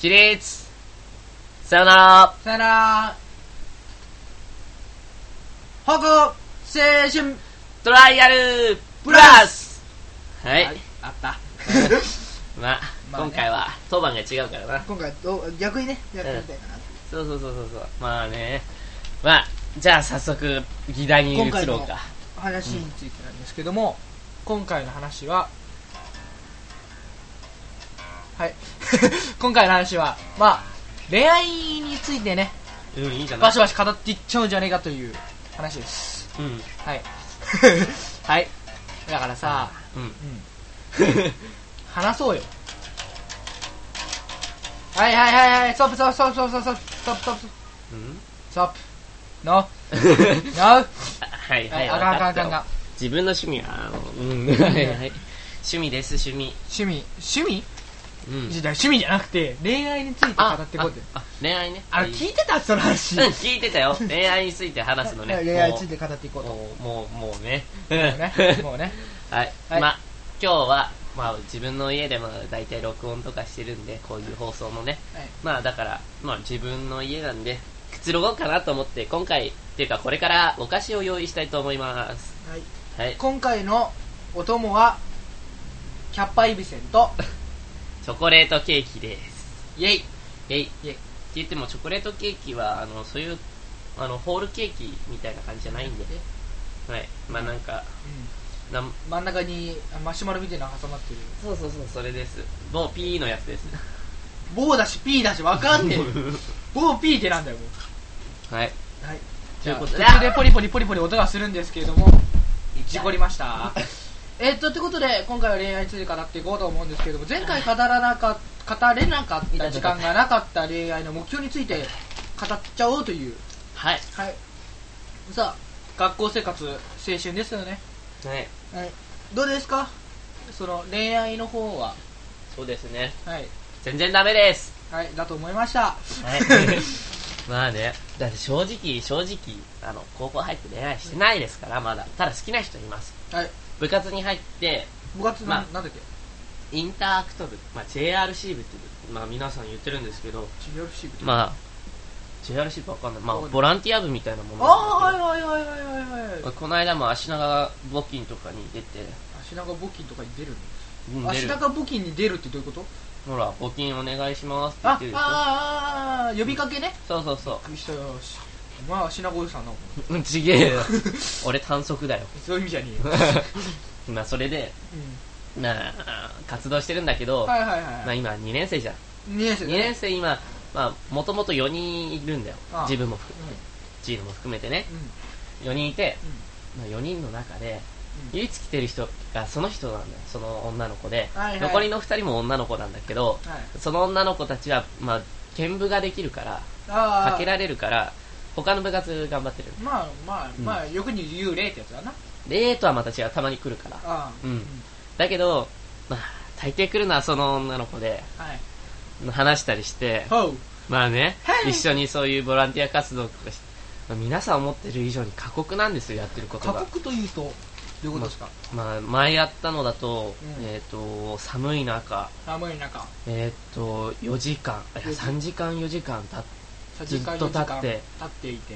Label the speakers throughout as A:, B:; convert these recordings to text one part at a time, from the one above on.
A: 起立さよなら
B: さよなら報告青春
A: トライアルプ
B: プ
A: ラ
B: ラ
A: スはい、
B: ああ った。
A: まあ、
B: まあね
A: 今回は当番が違うからな。
B: 今回どう、逆にね、やってみたいかな。
A: そうそうそうそうそう。まあね。まあ、じゃあ早速、議題に移
B: 今回
A: ろう
B: の
A: か。
B: 話についてなんですけども、今回の話は、はい。 今回の話は、まあ、恋愛についてね、
A: うん、いいじゃな
B: バ
A: い
B: シバシ語っていっちゃうんじゃねえかという 話です。
A: うん。
B: はい。はい。だからさ、
A: うん。
B: うん話そうよ。はいはいはいはい、ストップストップストップストップストップストップストップ
A: うん
B: ストップ。ノー、ノー。
A: はいは
B: はい
A: い。
B: あかんあかん
A: 分
B: あかん
A: っ
B: あ
A: た
B: かん
A: よ。自分の趣味は、あの うん、はいはい。趣味です、趣味。
B: 趣味、趣味
A: うん。
B: じゃあ趣味じゃなくて、恋愛について語ってこうって。
A: あ、あ恋愛ね。
B: あ、
A: いい
B: 聞いてたその話。
A: うん、聞いてたよ。恋愛について話すのね。
B: 恋愛について語っていこうと。
A: もう、もう、もうね。
B: ね、もうね。
A: はい、
B: はい
A: まあ今日は、まあ、自分の家でも大体録音とかしてるんでこういう放送もね、
B: はい
A: まあだから、まあ、自分の家なんでくつろごうかなと思って今回っていうかこれからお菓子を用意したいと思います
B: はい
A: はいチ
B: 今回のお供は、キャッパイビセンと、
A: ョコレートケーキです
B: イェイ。
A: えいって
B: イェイ
A: 言ってもチョコレートケーキはあのそういうあのホールケーキみたいな感じじゃないんではいまあなんかなん
B: うん真ん中にあマシュマロみたいなのが挟まってる。
A: そうそうそうそれです某 P のやつ です
B: 棒だし、ピーだし、わかん ねえよ。棒ピーってなんだよ、もう。
A: はい
B: はい。
A: と
B: じ
A: いう
B: ゃあ、
A: こ
B: 途
A: とで
B: 中でポリポリポリポリ音がするんですけれども、事故りました。 えっと、ってことで、今回は恋愛について語っていこうと思うんですけれども、前回語らなか語れなかった時間がなかった恋愛の目標について語っちゃおうという。
A: はい
B: はい。さあ、学校生活、青春ですよね。
A: はい
B: はい。どうですかその、恋愛の方は。
A: そうですね
B: はい。
A: 全然ダメです
B: はい、だと思いました。
A: はい まあねだって正直正直あの高校入って恋愛してないですからまだただ好きな人います
B: はい。
A: 部活に入って
B: 部活の、
A: まあ
B: なんだっけ
A: インターアクト部、まあ、JRC 部ってまあ、皆さん言ってるんですけど
B: ?GFC 部。
A: まあ JRC 部わかんない、まあ
B: わかん、ない
A: ボランティア部みたいなものなんだ
B: ああ、はいはいはいはいはいはい
A: けど。この間も足長募金とかに出て、
B: 足長募金とかに出る
A: うん
B: の
A: 出
B: 足
A: る
B: 長募金に出るってどういうこと
A: ほら募金お願いしますって言っ
B: あ
A: てるでし
B: ああ呼びかけね
A: ょそうそうそ
B: びっくりしたよしお前は足長おじさんなの
A: ううんちげえよ俺短足だよ
B: そういう意味じゃねえよ、
A: まあそれで
B: う
A: なあ活動してるんだけど、
B: ん、はいはい
A: まあ、
B: はい
A: 今2年生じゃん
B: 2年生
A: 2
B: だね
A: 年生今まあもともと4人いるんだよ
B: ああ
A: 自分も含め G のも含めてね4人いて、まあ、4人の中で
B: うん
A: 唯一来てる人がその人なんだよその女の子で、
B: はいはい
A: 残りの2人も女の子なんだけど
B: はい
A: その女の子たちはまあ剣舞ができるから
B: ああ
A: かけられるから他の部活頑張ってる
B: まあまあ
A: うん
B: まあよくに言う幽霊ってやつだな
A: で A とはまた違うたまに来るから
B: ああ
A: うんだけどまあ大抵来るのはその女の子で
B: はい
A: 話したりして
B: ほう
A: まあね、
B: はい
A: 一緒にそういうボランティア活動とかして、まあ皆さん思ってる以上に過酷なんですよ、やってること
B: 過
A: が。
B: 酷というとどういうことですか
A: まあ、前やったのだと、
B: うん
A: えっ、と、寒い中、
B: 寒い中
A: えっ、と、4時間、いや、
B: 四時
A: 3時間、4時間経って、
B: 立ち会
A: ずっと立って
B: 四時間立っていて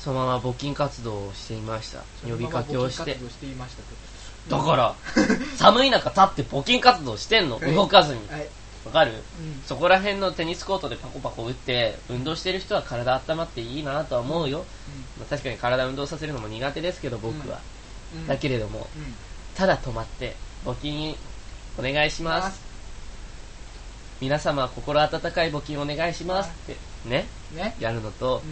A: そのまま募金活動をしていました。呼びかけをして
B: そのまま募金活。動していましたと
A: だ から、寒い中立って募金活動してんの、
B: はい
A: 動かずに。
B: はい
A: わかる
B: うん
A: そこら辺のテニスコートでパコパコ打って、運動してる人は体温まっていいなとは思うよ。まあ、確かに体運動させるのも苦手ですけど、僕は。
B: うんうん
A: だけれども、
B: うん
A: ただ止まって、募金お願いします。皆様、心温かい募金お願いしますって、ね、
B: ね
A: やるのと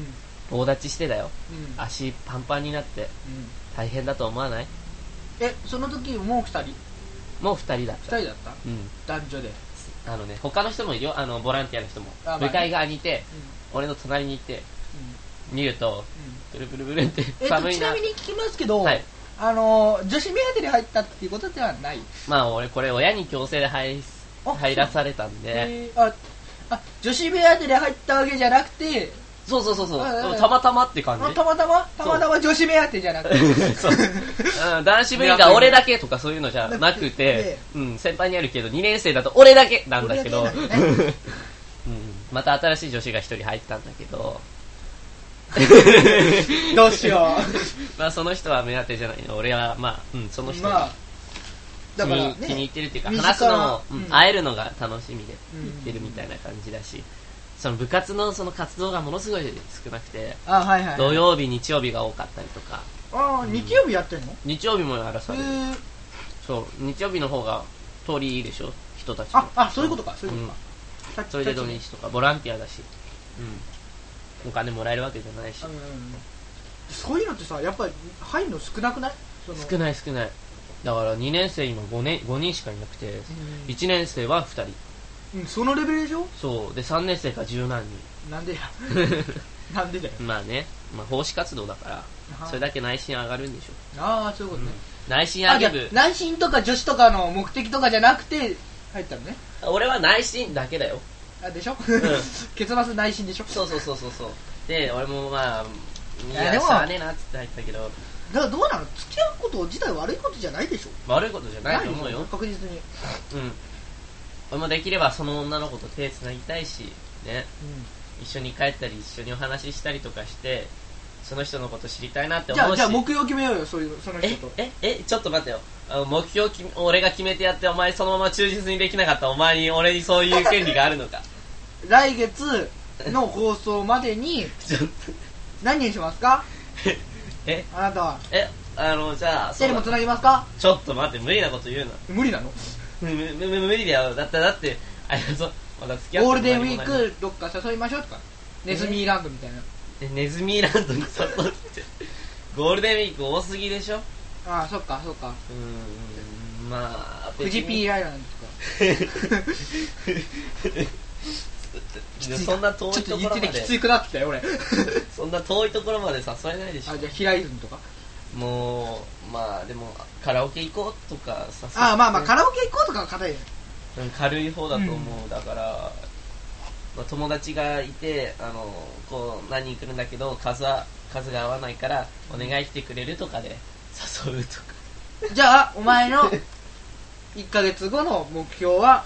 B: う、ん
A: 棒立ちしてだよ。
B: うん
A: 足パンパンになって、
B: うん
A: 大変だと思わない
B: えその時もう二人
A: もう二人だっ
B: 二
A: た。
B: 人だった
A: うん。
B: 男女で
A: あのね、他の人もいるよ、あの、ボランティアの人も
B: あまあ。ね
A: 向かい側にいて、俺の隣にいて、見ると、ブルブルブルって、
B: えっ と
A: 寒い
B: ち
A: な
B: なみ。に聞きますけど、
A: はい。
B: あの女子目当てに入ったっていうことではない
A: まあ、俺、これ、親に強制で入
B: あ
A: 入らされたんで、
B: えーああ女子目当てで入ったわけじゃなくて
A: そうそうそうそう、
B: はいはいはい
A: たまたまって感じ
B: あ。たまたまたまたま女子目当てじゃなく て
A: そううん男子部員が俺だけとかそういうのじゃなく
B: なく
A: て
B: て、
A: うん、先輩にあるけど、2年生だと俺だけなんだけど、
B: 俺だけなんだね
A: うんまた新しい女子が一人入ったんだけ ど、
B: どうしよ
A: まあその人は目当てじゃないの。俺は、まあ、うん、その
B: う。
A: 人
B: ま
A: が
B: あ、
A: 気
B: だ
A: に,、
B: から
A: 気に入
B: ね
A: っ、てるっていうか、
B: 身近
A: 話すのも、
B: うん
A: うん会えるのが楽しみで
B: うん
A: 行ってるみたいな感じだし、その部活のその活動がものすごい少なくて、
B: あ、はいはい。
A: 土曜日、日曜日が多かったりとか、
B: ああ、日曜日やってんの
A: 日曜日もやらさ
B: へ
A: れる。
B: え。
A: そう、日曜日の方が通りいいでしょ、人たち
B: あ、あ、そういうことか、そういうことか。さっ
A: うん
B: き
A: それで土
B: さっ
A: 日とか、ボランティアだし、うん、お金もらえるわけじゃないし
B: き、うんそういうのってさ、やっぱり入るの少なくないその
A: 少ない少ない。だから2年生今5年、5人しかいなくて、
B: うん
A: 1年生は2人。
B: うん、そのレベルでしょ
A: そう。で、3年生が十 何
B: なんでや。
A: 人。
B: なんでだよ。
A: まあね、まあ奉仕活動だから、それだけ内心上がるんでしょ。
B: ああ、そういうことね。
A: 内心
B: あ、
A: 上
B: じ
A: げ
B: ゃあ
A: 部。
B: 内心とか女子とかの目的とかじゃなくて、入ったのね。
A: 俺は内心だけだよ。
B: あ、でしょ
A: ん
B: 結末内心でしょ
A: そうそうそうそうそう。で、俺もまあ、い
B: いや
A: や、
B: でも
A: しゃあねえなっつって入ったけど、
B: だからどうなの付き合うこと自体悪いことじゃないでしょ
A: 悪いことじゃないと思うよ。
B: 確実に。
A: うん。俺もできればその女の子と手繋ぎたいし、ね、一緒に帰ったり、一緒にお話ししたりとかして、その人のこと知りたいなって
B: じゃ
A: 思
B: あ、
A: うし。
B: じゃあ目標決めようよ、そういう、その人
A: え
B: と。
A: ええちょっと待ってよあの目標をき俺が決めてやってお前そのまま忠実にできなかったお前に俺にそういう権利があるのか
B: 来月の放送までに
A: ちょっと
B: 何にしますか
A: え
B: あなたは。
A: えあのじゃあ
B: テレ
A: そ
B: も
A: うだ
B: 繋ぎますか
A: ちょっと待って無理なこと言うな
B: 無理なの
A: むむむ無理だよだってだってあれそうまだ付き合って
B: ゴールデンウィー
A: 何もない
B: クどっか誘いましょうとか。ネズミーランドみたいな。
A: えネズミランドに誘ってゴールデンウィーク多すぎでしょう
B: ああ、そっか、そっか。
A: ーんまあ
B: フジ
A: ー
B: ピーアイランドとか。
A: そんな遠い
B: ちょっ
A: とこ
B: と言
A: ろま
B: っててき
A: で
B: つくなってきたよ、俺。あ、
A: そんな遠いところまで誘えないでし
B: じ
A: ょ
B: ゃあ平泉とか。
A: もうまあでもカラオケ行こうとかさ
B: ああ、まあまあ、カ
A: か
B: ラオケ行こうとかは硬いよ。
A: 軽い方だと思う、だから、まあ、友達がいてあのこう何人来るんだけど数は数が合わないからお願いしてくれるとかで誘うとか
B: じゃあ、お前の1ヶ月後の目標は、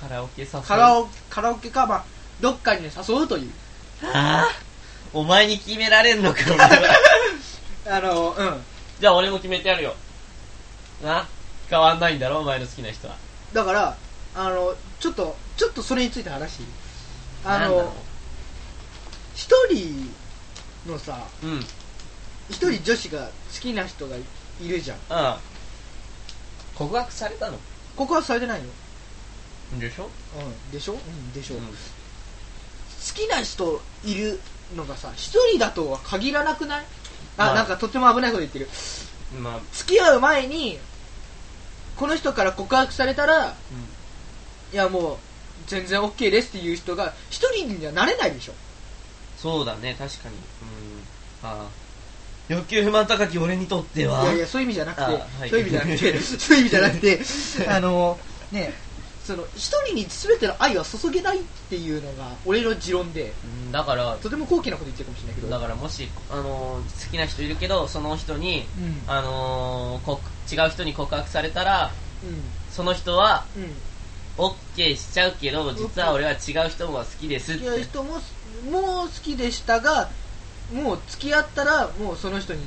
A: カラオケ誘う
B: カラオカラオケか、まあ、どっかに誘うという。
A: ああお前に決められんのか俺は
B: あの、うん。
A: じゃあ俺も決めてやるよな変わんないんだろお前の好きな人は
B: だから、あの、ちょっと、ちょっとそれについて話していいあ
A: なんだろ
B: の、一人のさ、
A: ううんうん
B: 一人女子が好きな人がいるじゃん。
A: 告白されたの
B: ここはされてないの
A: でしょ、
B: うん。でしょうん、でし
A: う
B: ょ、
A: ん
B: 好きな人いるのがさ、一人だとは限らなくないあ、
A: まあ
B: なんかとても危ないこと言ってる。
A: まあ、
B: 付き合う前に、この人から告白されたら、
A: うん
B: いやもう全然 OK ですっていう人が一人にはなれないでしょ
A: そうだね、確かに。うん。ああ欲求不満高き俺にとって
B: い
A: は。
B: やいやそういう意味じゃなくて、
A: あはい
B: そういう意味じゃな くてそういう意味じゃなくてあのねその一人に全ての愛は注げないっていうのが俺の持論で
A: うんだから、
B: とても高貴なこと言ってるかもしれないけど
A: だからもし、あのー好きな人いるけど、その人に、
B: うん
A: あのーこ違う人に告白されたら、その人は、
B: うんうん
A: オッケーしちゃうけど、実は俺は違う人も好きですっ
B: 付き合う
A: て。
B: 人ももう好きでしたがもう付き合ったらもうその人に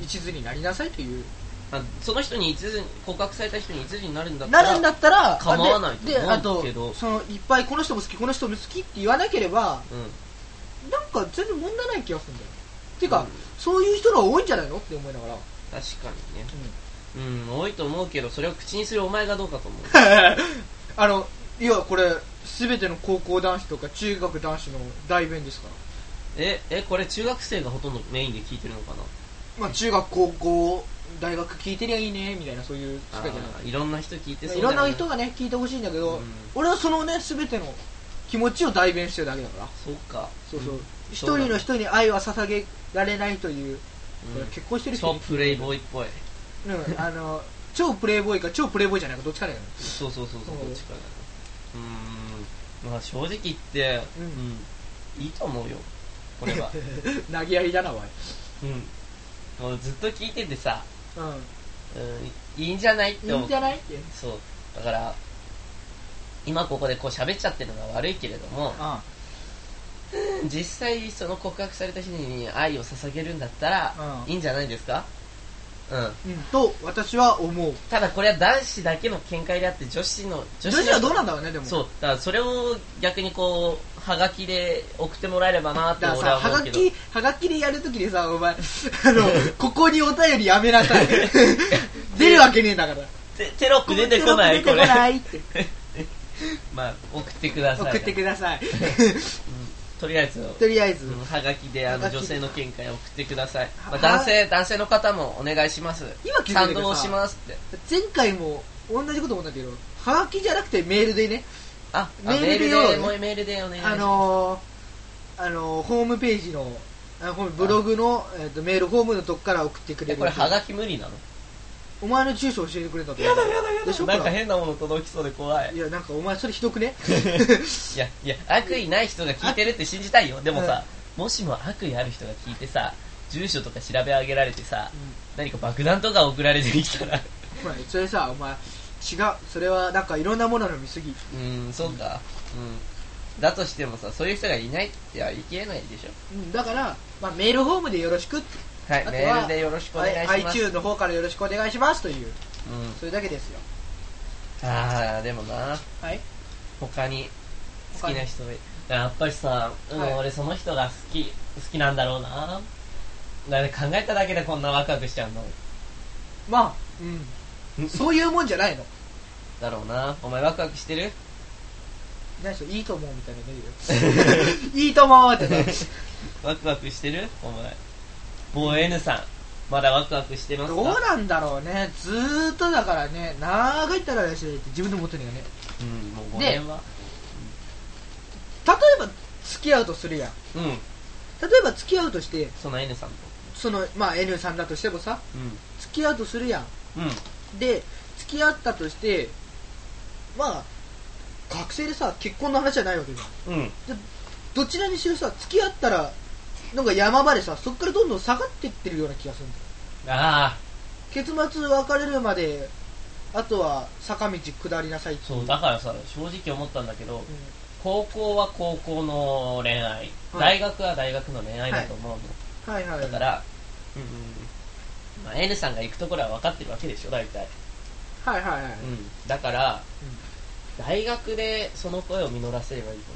B: 一途になりなさいという
A: あその人に一途に、告白された人に一途になるんだった
B: な
A: ら、
B: るんだったら
A: 構わないと
B: でで
A: 思
B: あ
A: う
B: と
A: けど
B: そのいっぱいこの人も好きこの人も好きって言わなければ
A: うん。
B: なんか全然問題ない気がするんだよていうか、
A: うん
B: そういう人が多いんじゃないのって思い ながら、
A: 確かにね。うん、多いと思うけど、それを口にするお前がどうか と思う。
B: あのいやこれ全ての高校男子とか中学男子の代弁ですから、
A: え、え、これ中学生がほとんどメインで聞いてるのかな
B: まあ、中学高校大学聞いてりゃいいねみたいなそういう世界じゃない
A: あーいろんな人聞いて
B: まあ
A: そう
B: い
A: だよ
B: ろん
A: ね
B: な人がね聞いてほしいんだけど、
A: うん
B: 俺はそのね全ての気持ちを代弁してるだけだから
A: そうか
B: そうそう、一
A: そうだ
B: 人の人に愛は捧げられないという、
A: うん
B: これ結婚してる人
A: 超プレイボ
B: ー
A: ーイ
B: イ、
A: っぽい
B: うん、あの超プレイボーイか超プレイボーイじゃないかどっちか だよね
A: そうそうそうそう
B: そう
A: どっちかだうーんまあ正直言って、う
B: う
A: んいいと思うよこ れは
B: 投げやりだなおい、
A: うんもうずっと聞いててさ、
B: う
A: うん、いいんじゃないって
B: ん、い
A: 思う
B: いんじゃないって
A: そうだから今ここでこう喋っちゃってるのが悪いけれども
B: あ
A: 実際その告白された人に愛を捧げるんだったら
B: うん
A: いいんじゃないですかうん
B: うん、と私は思う
A: ただこれは男子だけの見解であって女子の
B: 女子はどうなん
A: だ
B: だろうねでも
A: そうだからそれを逆にこうはがきで送ってもらえればなって
B: だから
A: 俺
B: さ
A: は
B: は
A: 思
B: が
A: うけど
B: きはがきでやるときでさお 前あのここにお便りやめなさい出るわけねえんだから
A: テテロップ出てこない
B: 出て
A: こ
B: こ
A: れ
B: ないって
A: まあ送ってください
B: 送ってください
A: とりあえず
B: とりあえず、
A: うんはがきであの
B: はがきで
A: 女性の見解を送ってください、ま
B: は
A: あ、男性男性の方もお願いします
B: 今気づいた
A: 賛
B: けど
A: 同
B: さ
A: しますって
B: 前回も同じこと思ったけどはがきじゃなくてメールでね
A: ああ
B: メール
A: メール
B: で
A: でもうメールでお願いします
B: あのーあのーホームページのあホームブログの、えっとメールホームのとこから送ってくれ
A: え
B: る
A: これはがき無理なの
B: お前の住所教えてくれたと
A: やだやだや
B: でしょ
A: だなんか変なもの届きそうで怖い
B: いやなんかお前それひど くね
A: いやいや悪意ない人が聞いてるって信じたいよでもさ、もしも悪意ある人が聞いてさ住所とか調べ上げられてさ、何か爆弾とか送られてきたら
B: お前それさお前違うそれはなんかいろんなものの見過ぎ
A: うんそうかうんだとしてもさそういう人がいないってはいけないでしょ
B: うんだから、まあ、メールホームでよろしく
A: は
B: あ
A: い
B: とは
A: メールでよろしくお願いします、
B: iTunes の方からよろしくお願いしますというそれだけですよ
A: うん、ああでもな
B: はい
A: 他に好
B: 他
A: き
B: に
A: な人もいやっぱりさ、うん
B: はい
A: 俺その人が好き好きなんだろうなだって考えただけでこんなワクワクしちゃうの
B: まあ うんそういうもんじゃないの
A: だろうなお前ワクワクしてる
B: 何しろいいと思うみたいなの出るよ いいと思うってね
A: ワクワクしてるお前もう N さんまだワクワクしてますか
B: どうなんだろうねずーっとだからね長いったらしいって自分で思ってるよね
A: うんもう5
B: で
A: 年は
B: 例えば付き合うとするやん
A: うん
B: 例えば付き合うとして
A: その N さんと
B: そのまあ N さんだとしてもさ
A: う
B: 付き合うとするやん
A: んうん
B: で付き合ったとしてまあ学生でさ結婚の話じゃないわけじゃん
A: うん
B: どちらにしろさ付き合ったらなんか山場でさそっからどんどん下がってってるような気がするんだよ
A: ああ
B: 結末別れるまであとは坂道下りなさいってい
A: そうだからさ正直思ったんだけど、
B: うん
A: 高校は高校の恋愛、
B: はい
A: 大学は大学の恋愛だと思うの、
B: はいはい
A: だから、うんうんうんまあ、N さんが行くところは分かってるわけでしょ大体、
B: はいはいはい、
A: うん、だから、大学でその声を実らせればいいと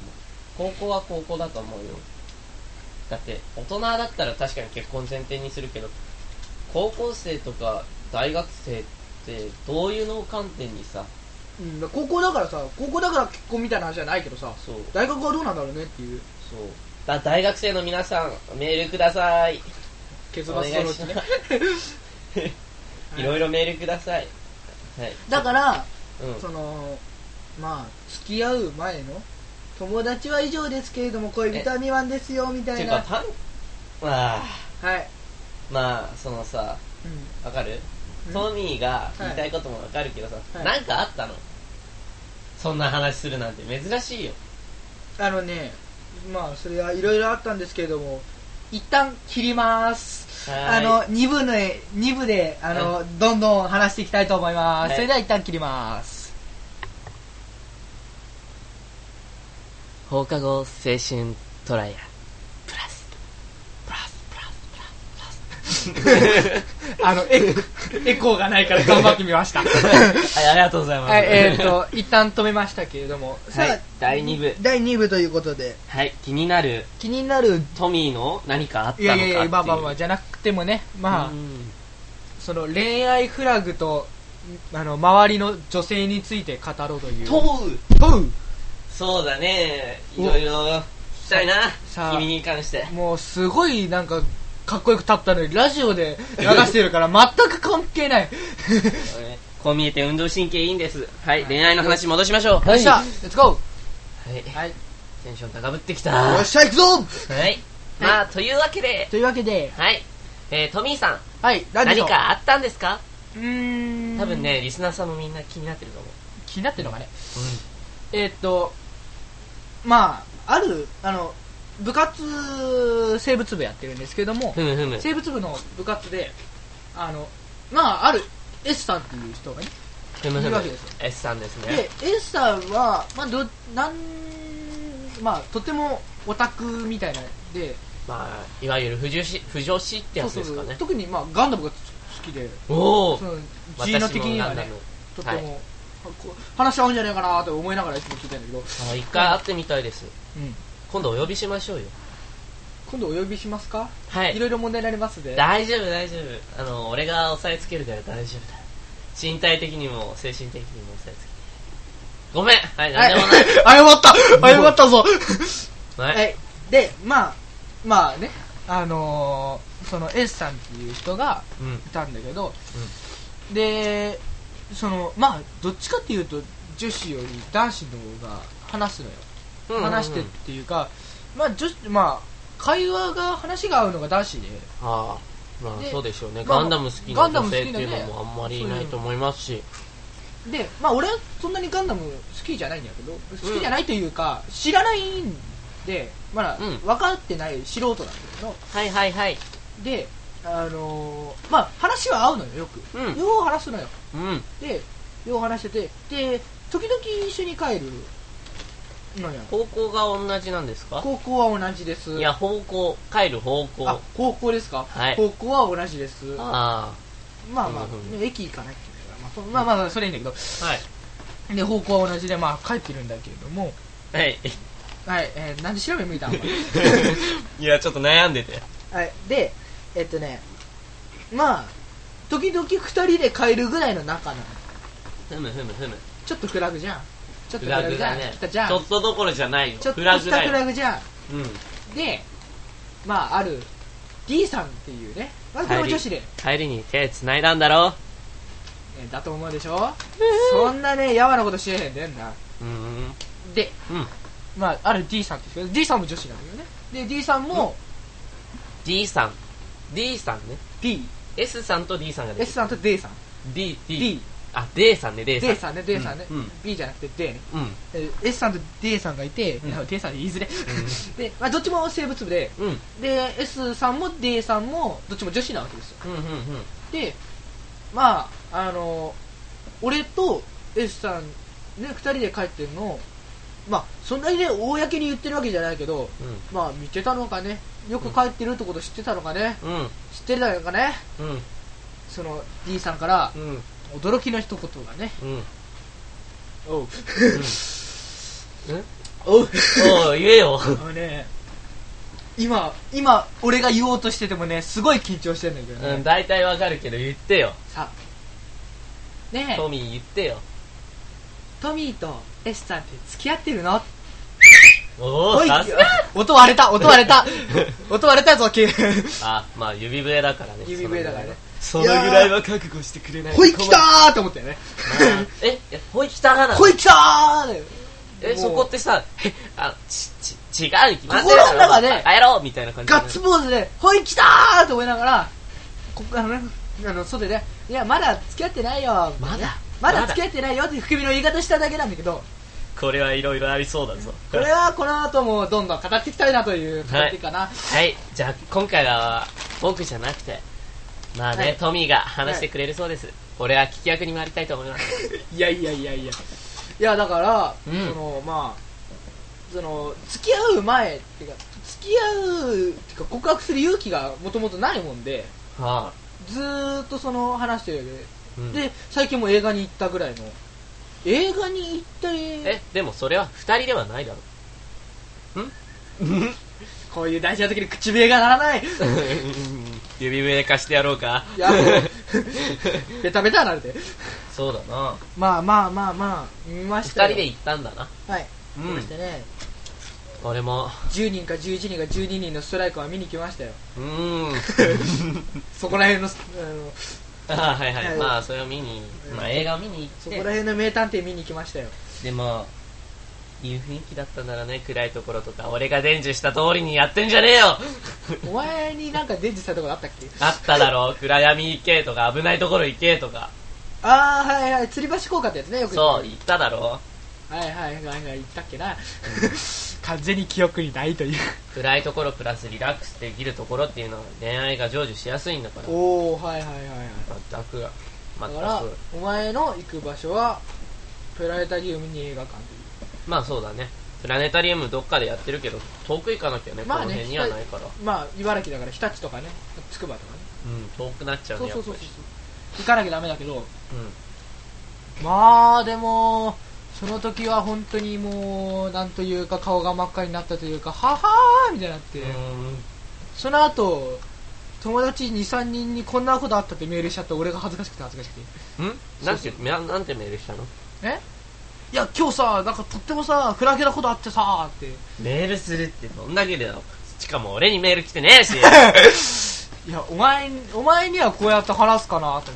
A: 思う高校は高校だと思うよだって大人だったら確かに結婚前提にするけど高校生とか大学生ってどういうのを観点にさ
B: うん、高校だからさ高校だから結婚みたいな話じゃないけどさ
A: そう
B: 大学はどうなんだろうねっていう
A: そうだ大学生の皆さんメールください
B: 結
A: お
B: 末そ
A: 願い
B: のう
A: し
B: ちね
A: ますいろいろメールくださいはい
B: だから
A: うん
B: そのまあ付き合う前の友達は以上ですけれども恋人は未満ですよみた
A: てい
B: いうな
A: かパンまあ
B: はい、
A: まあそのさ
B: うん
A: わかる
B: うん
A: トミーが言いたいこともわかるけどさ、
B: はい
A: なんかあったのそんな話するなんて珍しいよ
B: あのねまあそれはいろいろあったんですけれども一旦切ります
A: は
B: あ
A: い
B: の2部の二部であの、どんどん話していきたいと思います、
A: はい
B: それでは一旦切ります
A: 放課後青春トライアプラスプラスプラスプラス
B: あの、エコ、エコーがないから頑張ってみました。
A: はいありがとうございます
B: はい、えっ、と、一旦止めましたけれども、さあ、
A: はい第2部
B: 第2部ということで、
A: はい気になる
B: 気になる、
A: トミーの何かあった
B: い
A: のか
B: や
A: っ
B: い
A: て
B: や
A: いう
B: いや、まあまあまあ、じゃなくてもね、まあ、
A: うん
B: その恋愛フラグと、あの、周りの女性について語ろうという。
A: 問う
B: 問う
A: そうだねいろいろ聞きたいな
B: さあ
A: 君に関して
B: もう、すごい、なんか、かっこよく立ったのに、ラジオで流してるから、全く関係ない。
A: 俺こう見えて運動神経いいんですはい恋愛の話戻しましょう
B: よっしゃ、
A: は
B: レッツゴ
A: い
B: ーはい。
A: テンション高ぶってきた
B: よっしゃ、行くぞ
A: はい。まあ、というわけで、
B: というわけで、
A: はい。えー、トミーさん、
B: はい、何でし
A: 何
B: ょう
A: かあったんですか
B: うーん。
A: 多分ね、リスナーさんもみんな気になってると思う。
B: 気になってるのがね、えーっとまああるあの部活生物部やってるんですけども
A: ふむふむ。
B: 生物部の部活であのまあある S さんっていう人がね
A: ふむ
B: い
A: ふ
B: る
A: む
B: わけですよ。
A: S さんですね。
B: で S さんはまあどなんまあとてもオタクみたいなで
A: まあ、いわゆる不女子不女子ってやつですかね。
B: 特に、まあ、ガンダムが好きで
A: おお
B: そ、の G の
A: 私
B: 的
A: も
B: に
A: な
B: は
A: んだ
B: ね
A: ろう。
B: とって
A: はい
B: も、こう話合うんじゃないかなと思いながらいつも聞いてんだけど、
A: あ一回会ってみたいです。
B: うん
A: 今度お呼びしましょうよ。
B: 今度お呼びしますか、
A: はい
B: い、ろいろ問題になりますで
A: 大丈夫大丈夫あの俺が押さえつけるから大丈夫だ身体的にも精神的にも押さえつけるごめんはい
B: は
A: 何
B: い
A: でもない、
B: 謝った謝ったぞ
A: はい
B: はいでまあまあねあのーその S さんっていう人が
A: うん
B: いたんだけど、でそのまあどっちかっていうと女子より男子の方が話すのよ
A: うん
B: 話してっていうか、まあ女子まあ会話が話が合うのが男子で
A: ああまあ
B: で
A: そうでしょうね
B: まあ
A: ガンダム好き
B: ガ
A: な
B: ンダム
A: 女
B: 好
A: 性
B: きな
A: っ
B: ね
A: ていうのもあんまりいないと思いますし
B: でまあ俺はそんなにガンダム好きじゃないんだけど好きじゃないというか、知らないんでまだ
A: うん
B: 分かってない素人なんだけど
A: はいはいはい
B: であのーまあ話は合うのよよく、
A: うん
B: よう話すのよ
A: うん
B: でよう話しててで時々一緒に帰るのよ
A: 方向が同じなんですか
B: 高校は同じです
A: いや方向帰る方向
B: あ
A: あ
B: 高校ですか、
A: はい
B: 高校は同じです
A: あ
B: まあまあ、
A: うん
B: ね駅行かないっていうからまあそまあまあそれいいんだけど
A: はい
B: で方向は同じでまあ帰ってるんだけれども
A: はい
B: はい、えーなんで調べ向いたん
A: いやちょっと悩んでて
B: はいでえっとねまあ時々2人で帰るぐらいの仲なの
A: ふむふむふむ
B: ちょっとフラグじゃんちょっ
A: フ
B: とフラ
A: ラ
B: グ
A: グ
B: じゃ
A: だ
B: ん
A: ね
B: じゃん
A: ちょっとどころじゃないよ
B: ちょっと
A: フラ
B: し
A: グ
B: た
A: だ
B: フ
A: よ
B: ラグじゃん
A: うん
B: でまあある D さんっていうねまあこれも女子で、
A: 帰りに手繋いだんだろ
B: えーだと思うでしょそんなねやわなことしてへんでんな
A: うーん
B: で
A: うん
B: まあある D さんって人 D さんも女子なんだよねで D さんも
A: D さん D さんね
B: D
A: S さんと D さんが出
B: S
A: て
B: さんと D さん
A: D
B: D
A: あ D さんね D さん
B: D さんね D さんね、
A: うん
B: B じゃなくて D ね
A: うん
B: えー S さんと D さんがいて、
A: うん
B: いや D さん言いづれ、
A: ん
B: で、まあ、どっちも生物部で
A: うんうん
B: で S さんも D さんもどっちも女子なわけですよ
A: うんうん
B: でまああの俺と S さんね2人で帰ってるのをまあそんなにね公に言ってるわけじゃないけどまあ見てたのかねよく帰ってるってこと知ってたのかね、
A: うんうん
B: 知ってたのかね
A: うん
B: その D さんから
A: うん
B: 驚きの一言がね
A: うん
B: おう
A: うん
B: おう
A: おい言えよ
B: あのね今今俺が言おうとしててもねすごい緊張してるんだけどね、
A: うん大体わかるけど言ってよ
B: さねえ
A: トミー言ってよ
B: トミーと S さんって付き合ってるの
A: お
B: お
A: お
B: い
A: さすが
B: 音割れた音割 れた音割れたぞ君
A: あまあ指笛だからね
B: 指笛だからね
A: そのぐらいは覚悟してくれない
B: ほい来たーって思ったよね
A: まあええほい来たがな
B: ほい来たーだよ
A: え、
B: もう
A: そこってさ、え、あ、ち、ち、違うに決まってる
B: 心の中で
A: 帰ろうみたいな感じ
B: ガッツポーズでほい来たーって思いながらこあのねあの外でいやまだ付き合ってないよみたいなね
A: ま
B: ま
A: だ
B: だ付き合ってないよって含みの言い方しただけなんだけど
A: これはいろいろありそうだぞ。
B: これはこの後もどんどん語っていきたいなという形かな、
A: はい、じゃあ今回は僕じゃなくて、まあね、
B: はい
A: トミーが話してくれるそうです。俺は聞き役に回りたいと思います。
B: い、やいやいやいやいやだから、
A: うん
B: そのまあその付き合う前っていうか付き合うっていうか告白する勇気がもともとないもんで
A: はあ。
B: ずーっとその話してるよね、
A: うん
B: で最近も映画に行ったぐらいの映画に行った
A: え、でもそれは二人ではないだろ。
B: こういう大事な時に口笛が鳴らない
A: 指笛貸してやろうか。
B: やめろベタベタなるで
A: そうだな。
B: まあまあまあまあ見ま
A: 二
B: したよ
A: 人で行ったんだな。
B: はい、
A: うん
B: 見ましたね
A: 俺も、
B: 10人か11人か12人のストライカーは見に来ましたよ
A: うーん。
B: そこら辺のあの
A: あはいは
B: はい
A: い。まあ、それを見に、まあ映画を見に行って。
B: そこら辺の名探偵見に来ましたよ
A: でもいい雰囲気だったならね暗いところとか俺が伝授した通りにやってんじゃねえよ
B: お前になんか伝授したところあったっけ
A: あっただ ろ暗闇行けとか危ないところ行けとか
B: ああはいはい吊り橋効果ってやつねよく言
A: そう
B: う
A: 言っただろ
B: はいはいはいはい言ったっけな完全に記憶にないという
A: 暗いところプラスリラックスできるところっていうのは恋愛が成就しやすいんだから
B: おおはいはいはいはい
A: 全く
B: だ
A: 全
B: から
A: く
B: お前の行く場所はプラネタリウムに映画館という
A: まあそうだねプラネタリウムどっかでやってるけど遠く行かなきゃね,、
B: まあね
A: この辺にはないから、う
B: まあ茨城だから日立とかねつくばとかね
A: ん、遠くなっちゃう
B: そ
A: ね
B: う
A: やっぱ
B: そう
A: り
B: そうそう行かなきゃダメだけど
A: うん
B: まあでもその時は本当にもうなんというか顔が真っ赤になったというかははーみたいになって、
A: うん
B: その後友達23人にこんなことあったってメールしちゃって俺が恥ずかしくて恥ずかしくて
A: んなんてななんてメールしたの
B: えいや今日さなんかとってもさフラゲなことあってさって
A: メールするってどんだけだよしかも俺にメール来てねえ し
B: いやお前お前にはこうやって話すかなと思って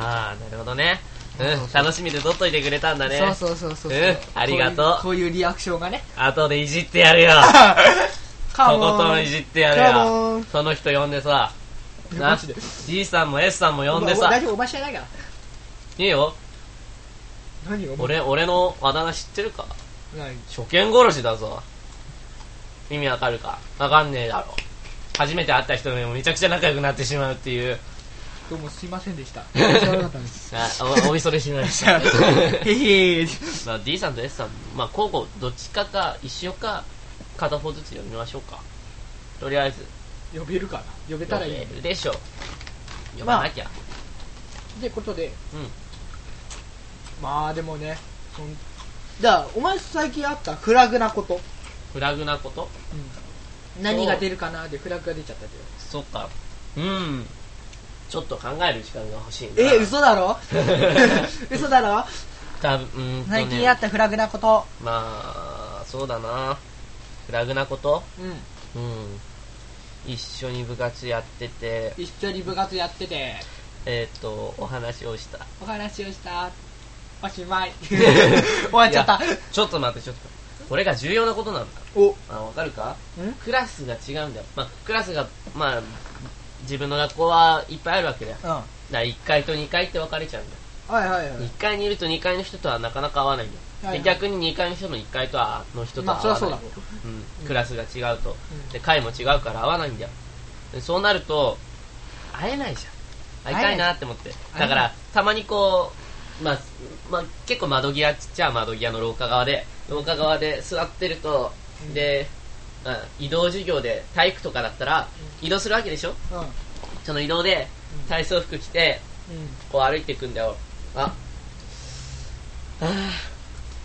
A: ああなるほどねうん楽しみで撮っといてくれたんだね
B: そうそうそうそう、
A: うんありがとう
B: こういうこういうリアクションがね
A: 後でいじってや るよ
B: カ
A: とことんいじってやる
B: カ
A: よ
B: モン
A: その人呼んでさな
B: マジで
A: D さんも S さんも呼んで
B: お前
A: さ
B: 大丈夫お前知らないから
A: いいよ
B: 何を
A: 俺俺のあだ名知ってるか
B: 何
A: 初見殺しだぞ意味わかるかわかんねえだろ初めて会った人でもめちゃくちゃ仲良くなってしまうっていう
B: どうもすいません でした知らなかったんです
A: あおおみそれしました
B: へへ
A: まあ D さんと S さん、まあ、交互どっちかか一緒か片方ずつ読みましょうかとりあえず
B: 呼べるかな呼べたら
A: 読
B: いい
A: め
B: っ
A: るでしょ読まなきゃ、
B: てことで
A: うん
B: まあでもねそんじゃあお前最近あったフラグなこと、
A: フラグなこと
B: 何が出るかなでフラグが出ちゃったけど
A: そっかうんちょっと考える時間が欲しいな
B: え嘘だ ろ嘘だろ
A: 多分うーんとね
B: 最近あったフラグなこと
A: まあそうだなフラグなこと
B: うん
A: うん一緒に部活やってて
B: 一緒に部活やってて
A: えっ、とお話をした
B: お話をしたおし まい終わっちゃった
A: いやちょっと待ってちょっと待ってこれが重要なことなんだ
B: お
A: あわかるか
B: ん
A: クラスが違うんだよ、まあ、クラスがまあ自分の学校はいっぱいあるわけだよ
B: うんは
A: だから1階と2階って分かれちゃうんだよ
B: いはいはい
A: 1階にいると2階の人とはなかなか会わないんだよ、
B: はいはい
A: で逆に2階の人も1階とはの人と
B: まあ
A: は
B: そ
A: 会
B: りゃ
A: わな
B: そ
A: い、
B: うだろ
A: うん、クラスが違うと、
B: うん
A: で階も違うから会わないんだよでそうなると会えないじゃん会いたいなって思って
B: 会えな
A: だ
B: い
A: からたまにこう、まあまあ、結構窓際ちっちゃい窓際の廊下側で廊下側で座ってると、
B: うん
A: で、まあ移動授業で体育とかだったら移動するわけでしょ
B: うん
A: その移動で
B: うん
A: 体操服着て
B: うん
A: こう歩いていくんだよああ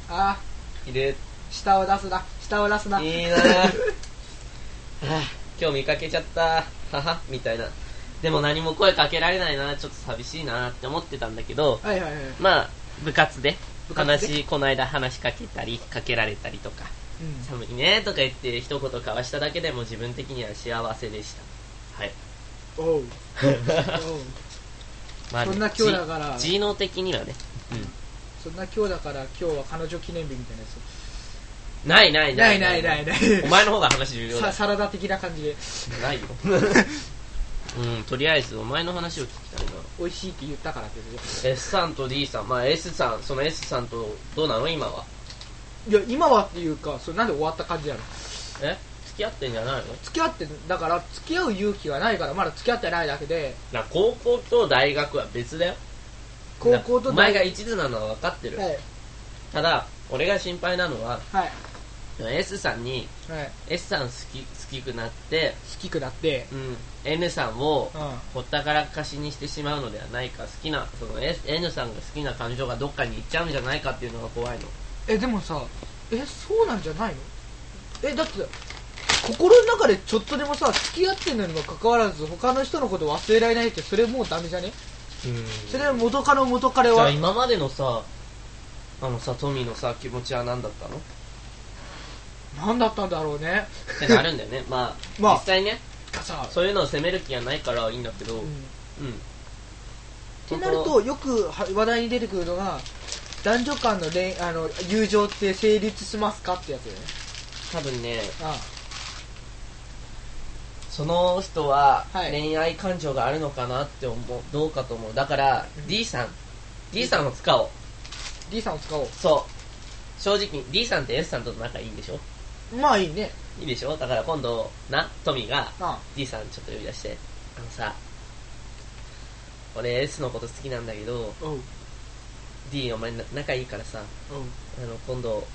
B: あ
A: ーいる
B: 下を出すな下を出すない
A: いな あ今日見かけちゃったははみたいなでも何も声かけられないなちょっと寂しいなって思ってたんだけど
B: はいはいはい、うん、
A: まあ部活で
B: 部活で
A: 話この間話しかけたりかけられたりとか寒いねとか言って一言交わしただけでも自分的には幸せでした はい
B: おうおう
A: まあね
B: そんな今日だから
A: じ能的にはね、
B: そんな今日だから今日は彼女記念日みたいなやつ
A: ないない
B: ないないないない
A: お前の方が話重要だ
B: さサラダ的な感じで
A: ないよ うんとりあえずお前の話を聞きたいな
B: 美味しいって言ったからってこ
A: S さんと D さん、まあ、S さん、その S さんとどうなの今は。
B: とでいや今はっていうかそれなんで終わった感じやろ
A: え付き合ってんじゃないの
B: 付き合ってだから付き合う勇気がないからまだ付き合ってないだけで
A: な高校と大学は別だよ。
B: 高校と
A: お前
B: 大
A: が
B: 学
A: 一途なのは分かってる。
B: はい
A: ただ、俺が心配なのは、
B: はい、
A: S さんに、
B: はい、
A: S さん好き、好きくなって、
B: 好きくなって
A: うん、N さんを
B: うんは
A: ほったからかしにしてしまうのではないか、好きな、その S N さんが好きな感情がどっかに行っちゃうんじゃないかっていうのが怖いの。
B: えでもさえそうなんじゃないのえだって心の中でちょっとでもさ付き合ってんのにもかかわらず他の人のこと忘れられないってそれもうダメじゃね
A: うん
B: それは元カノ元彼
A: じゃあ
B: は
A: 今までのさ、あのさ、トミーのさ、気持ちは何だったの
B: 何だったんだろうね
A: ってなるんだよねまあ、
B: まあ
A: 実際ね
B: さ
A: そういうのを責める気がないからいいんだけど、
B: う、
A: うん
B: っ
A: ん
B: てなるとよくは話題に出てくるのが男女間の恋あの友情って成立しますかってやつよね
A: 多分ね
B: あ
A: その人は
B: はい
A: 恋愛感情があるのかなって思うどうかと思うだから
B: うん
A: D さん D さんを使おう
B: D さんを使おう
A: そう正直 D さんって S さんと仲いいんでしょ
B: まあいいね
A: いいでしょだから今度なトミーが
B: あ
A: D さんちょっと呼び出してあのさ俺 S のこと好きなんだけど
B: おう
A: D お前な仲いいからさ
B: おう
A: あの今度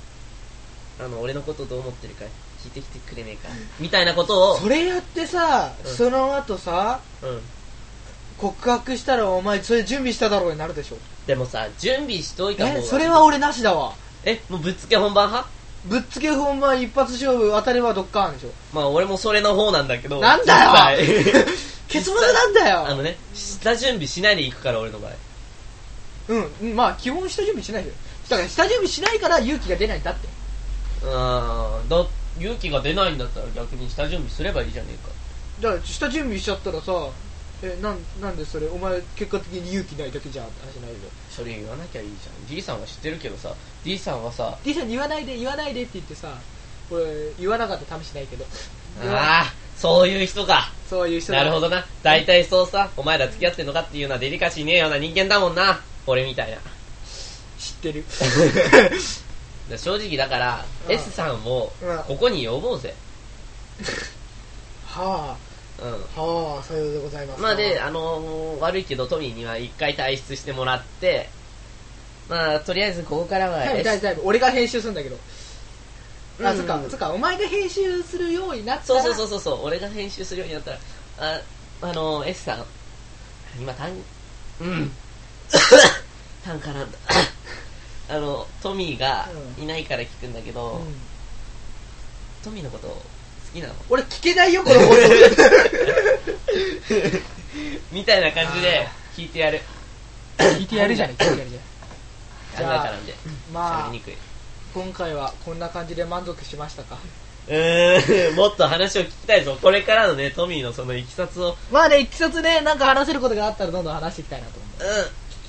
A: あの俺のことどう思ってるか聞いてきてくれねえかみたいなことを
B: それやってさ、
A: うん
B: その後さ
A: うん
B: 告白したらお前それ準備しただろうになるでしょ
A: でもさ準備しといた方
B: え
A: が
B: それは俺なしだわ
A: えもうぶっつけ本番派
B: ぶっつけ本番一発勝負当たりはどっかあるでしょ
A: まあ俺もそれの方なんだけど
B: なんだよ
A: 実 際
B: 結末なんだ
A: あ
B: よ
A: のね下準備しないで行くから俺の場合
B: うんまあ基本下準備しないでしょだから下準備しないから勇気が出ないんだって
A: うーんだ勇気が出ないんだったら逆に下準備すればいいじゃねえか
B: だから下準備しちゃったらさえなんなんでそれお前結果的に勇気ないだけじゃんって話になるよ
A: それ言わなきゃいいじゃん D さんは知ってるけどさ D さんはさ
B: D さんに言わないで言わないでって言ってさ俺言わなかったら試しないけど
A: ああそういう人か
B: そういう人だ
A: なるほどな大体そうさお前ら付き合ってんのかっていうのはデリカシーねえような人間だもんな俺みたいな
B: 知ってる
A: で正直だから
B: うん
A: S さんを
B: うん
A: ここに呼ぼうぜ
B: は
A: う
B: あはあさようでございます
A: んまあであのー悪いけどトミーには一回退出してもらってまあとりあえずここからは
B: はい、
A: S
B: 大丈夫俺が編集するんだけど、
A: う
B: あ
A: ん
B: そっかそっかお前が編集するようになった
A: そう
B: ら
A: そうそうそうそう俺が編集するようになったらああの S さん今単うん 単絡んだ あのトミーがいないから聞くんだけど、
B: うん
A: トミーのこと好きなの
B: 俺聞けないよこの放送
A: みたいな感じで聞いてやる
B: 聞いてやるじ ゃん聞いてやるじゃん
A: 考えからんで
B: ま
A: 喋
B: あ
A: りにくい
B: 今回はこんな感じで満足しましたか
A: うーん もっと話を聞きたいぞこれからのねトミーのそのいきさつをうん
B: まあねいきさつねなんか話せることがあったらどんどん話していきたいなと思う
A: 聞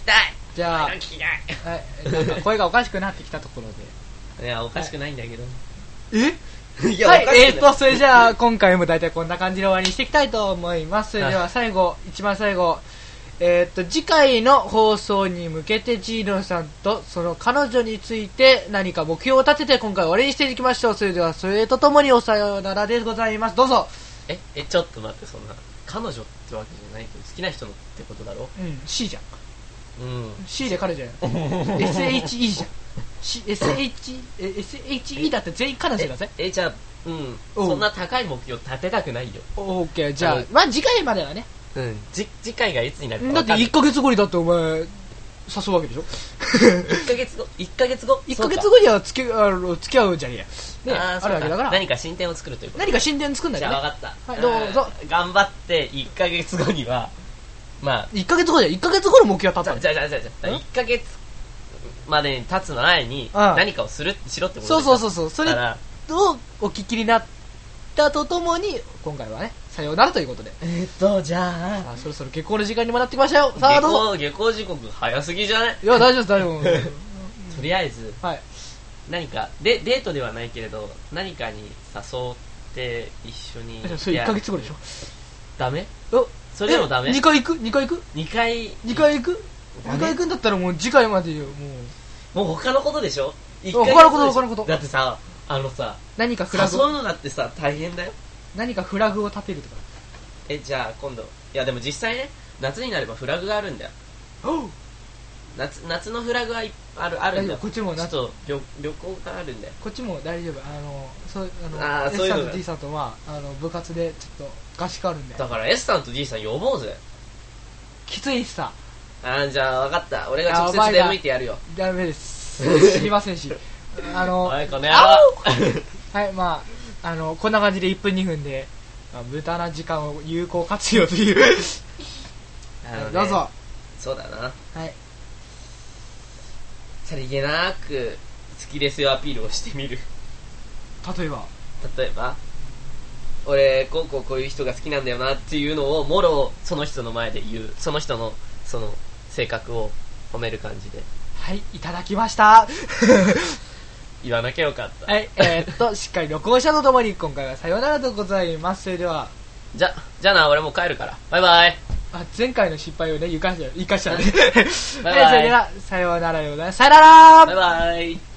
A: きたい
B: じゃあ、
A: 聞きたい
B: はい、なんか声がおかしくなってきたところ
A: いやおかしくないんだけど、
B: でえ
A: い、や
B: はい
A: おかしくな、
B: えーと、それじゃあ、今回も大体こんな感じで終わりにしていきたいと思います。それでは最後、一番最後、えーと、次回の放送に向けて、ジーノさんとその彼女について何か目標を立てて、今回終わりにしていきましょう。それでは、それとともにおさよならでございます。どうぞ。
A: ええちょっと待ってそんな彼女ってわけじゃないけど好きな人のってことだろ
B: うん、C じゃん。
A: うん
B: C で彼女やん。SHE じゃん。C、SH、え SHE だって全員彼女だぜ。
A: えじゃあうん
B: うん
A: そんな高い目標立てたくないよ
B: オーケー、じゃ
A: は
B: あ
A: い、
B: まあ次回まではね。
A: うんじ次回がいつになるか
B: だっ
A: 分
B: て
A: かんない
B: 1ヶ月後にだってお前、誘うわけでしょ
A: 1ヶ月後1ヶ月後
B: 一
A: そう
B: ヶ
A: か
B: 月後には付きあの付き合うじゃねえや、ね、
A: あー
B: あ
A: そう
B: るわけだから何
A: 何か進展を作るということ
B: か進展作んない
A: じ
B: よ
A: ゃあ
B: ね
A: 分かった、
B: はいどうぞ
A: うん頑張って1ヶ月後にはまあ
B: 1ヶ月後じゃ1ヶ月後の目標は
A: じ
B: 立
A: ゃ
B: った
A: あ
B: ん
A: じ
B: だ
A: ゃあじゃあじゃあじゃあ1ヶ月までに立つ前に
B: ああ
A: 何かをするしろってこと
B: そうそう
A: う
B: そうそうそ
A: だ
B: れ
A: から
B: とお聞きになったとともに今回はねさようならということで
A: えーっとじゃあ
B: あそろそろ下校の時間にもなってきましたよさあどうぞ
A: 下校下校時刻早すぎじゃない
B: いや大丈夫です大丈夫です
A: とりあえず
B: はい
A: 何かでデートではないけれど何かに誘って一緒に
B: じゃあそれ1ヶ
A: いや
B: 月後でしょ
A: ダメ
B: お
A: それでもダメ
B: 2回行く2回行く
A: 2回
B: 2回行く
A: ダメ
B: 2回行くんだったらもう次回までよもう
A: もう他のことでしょ一
B: 他
A: 回
B: のこと
A: でしょ
B: 他のこと
A: だってさあのさ
B: 何かフラ
A: 誘
B: グ
A: うのだってさ大変だよ
B: 何かフラグを立てるとか
A: えじゃあ今度いやでも実際ね夏になればフラグがあるんだよ
B: おう
A: 夏夏のフラグはいあるある
B: 大
A: んだ
B: 丈夫
A: よ
B: こっちも
A: ちょ
B: な
A: っと旅旅行があるんだよ
B: こっちも大丈夫あのそうあの
A: あー
B: S
A: そういう
B: さ
A: の
B: んと
A: が
B: D さんとはあの部活でちょっと合宿あるんで
A: だから S さんと D さん呼ぼうぜ
B: きついっすさ
A: あーじゃあ分かった俺が直
B: やば
A: 接
B: いな
A: 出向いてやるよ
B: ダメです 知りませんしあの
A: お
B: はい
A: この野郎
B: あいまああのこんな感じで1分2分で、まあ、無駄な時間を有効活用という
A: あのね
B: どうぞ
A: そうだな
B: はい
A: さりげなく好きですよアピールをしてみる
B: 例えば
A: 例えば俺こうこうこういう人が好きなんだよなっていうのをもろその人の前で言うその人のその性格を褒める感じで
B: はいいただきました
A: 言わなきゃよかった、
B: はいえー っとしっかり旅行者とともに今回はさようならでございますそれでは
A: じゃじゃあな俺もう帰るからバイバイ
B: あ前回の失敗をね生かした生かしたね
A: バイバイ
B: はいそれではさようならでございますさよなら
A: バイバイ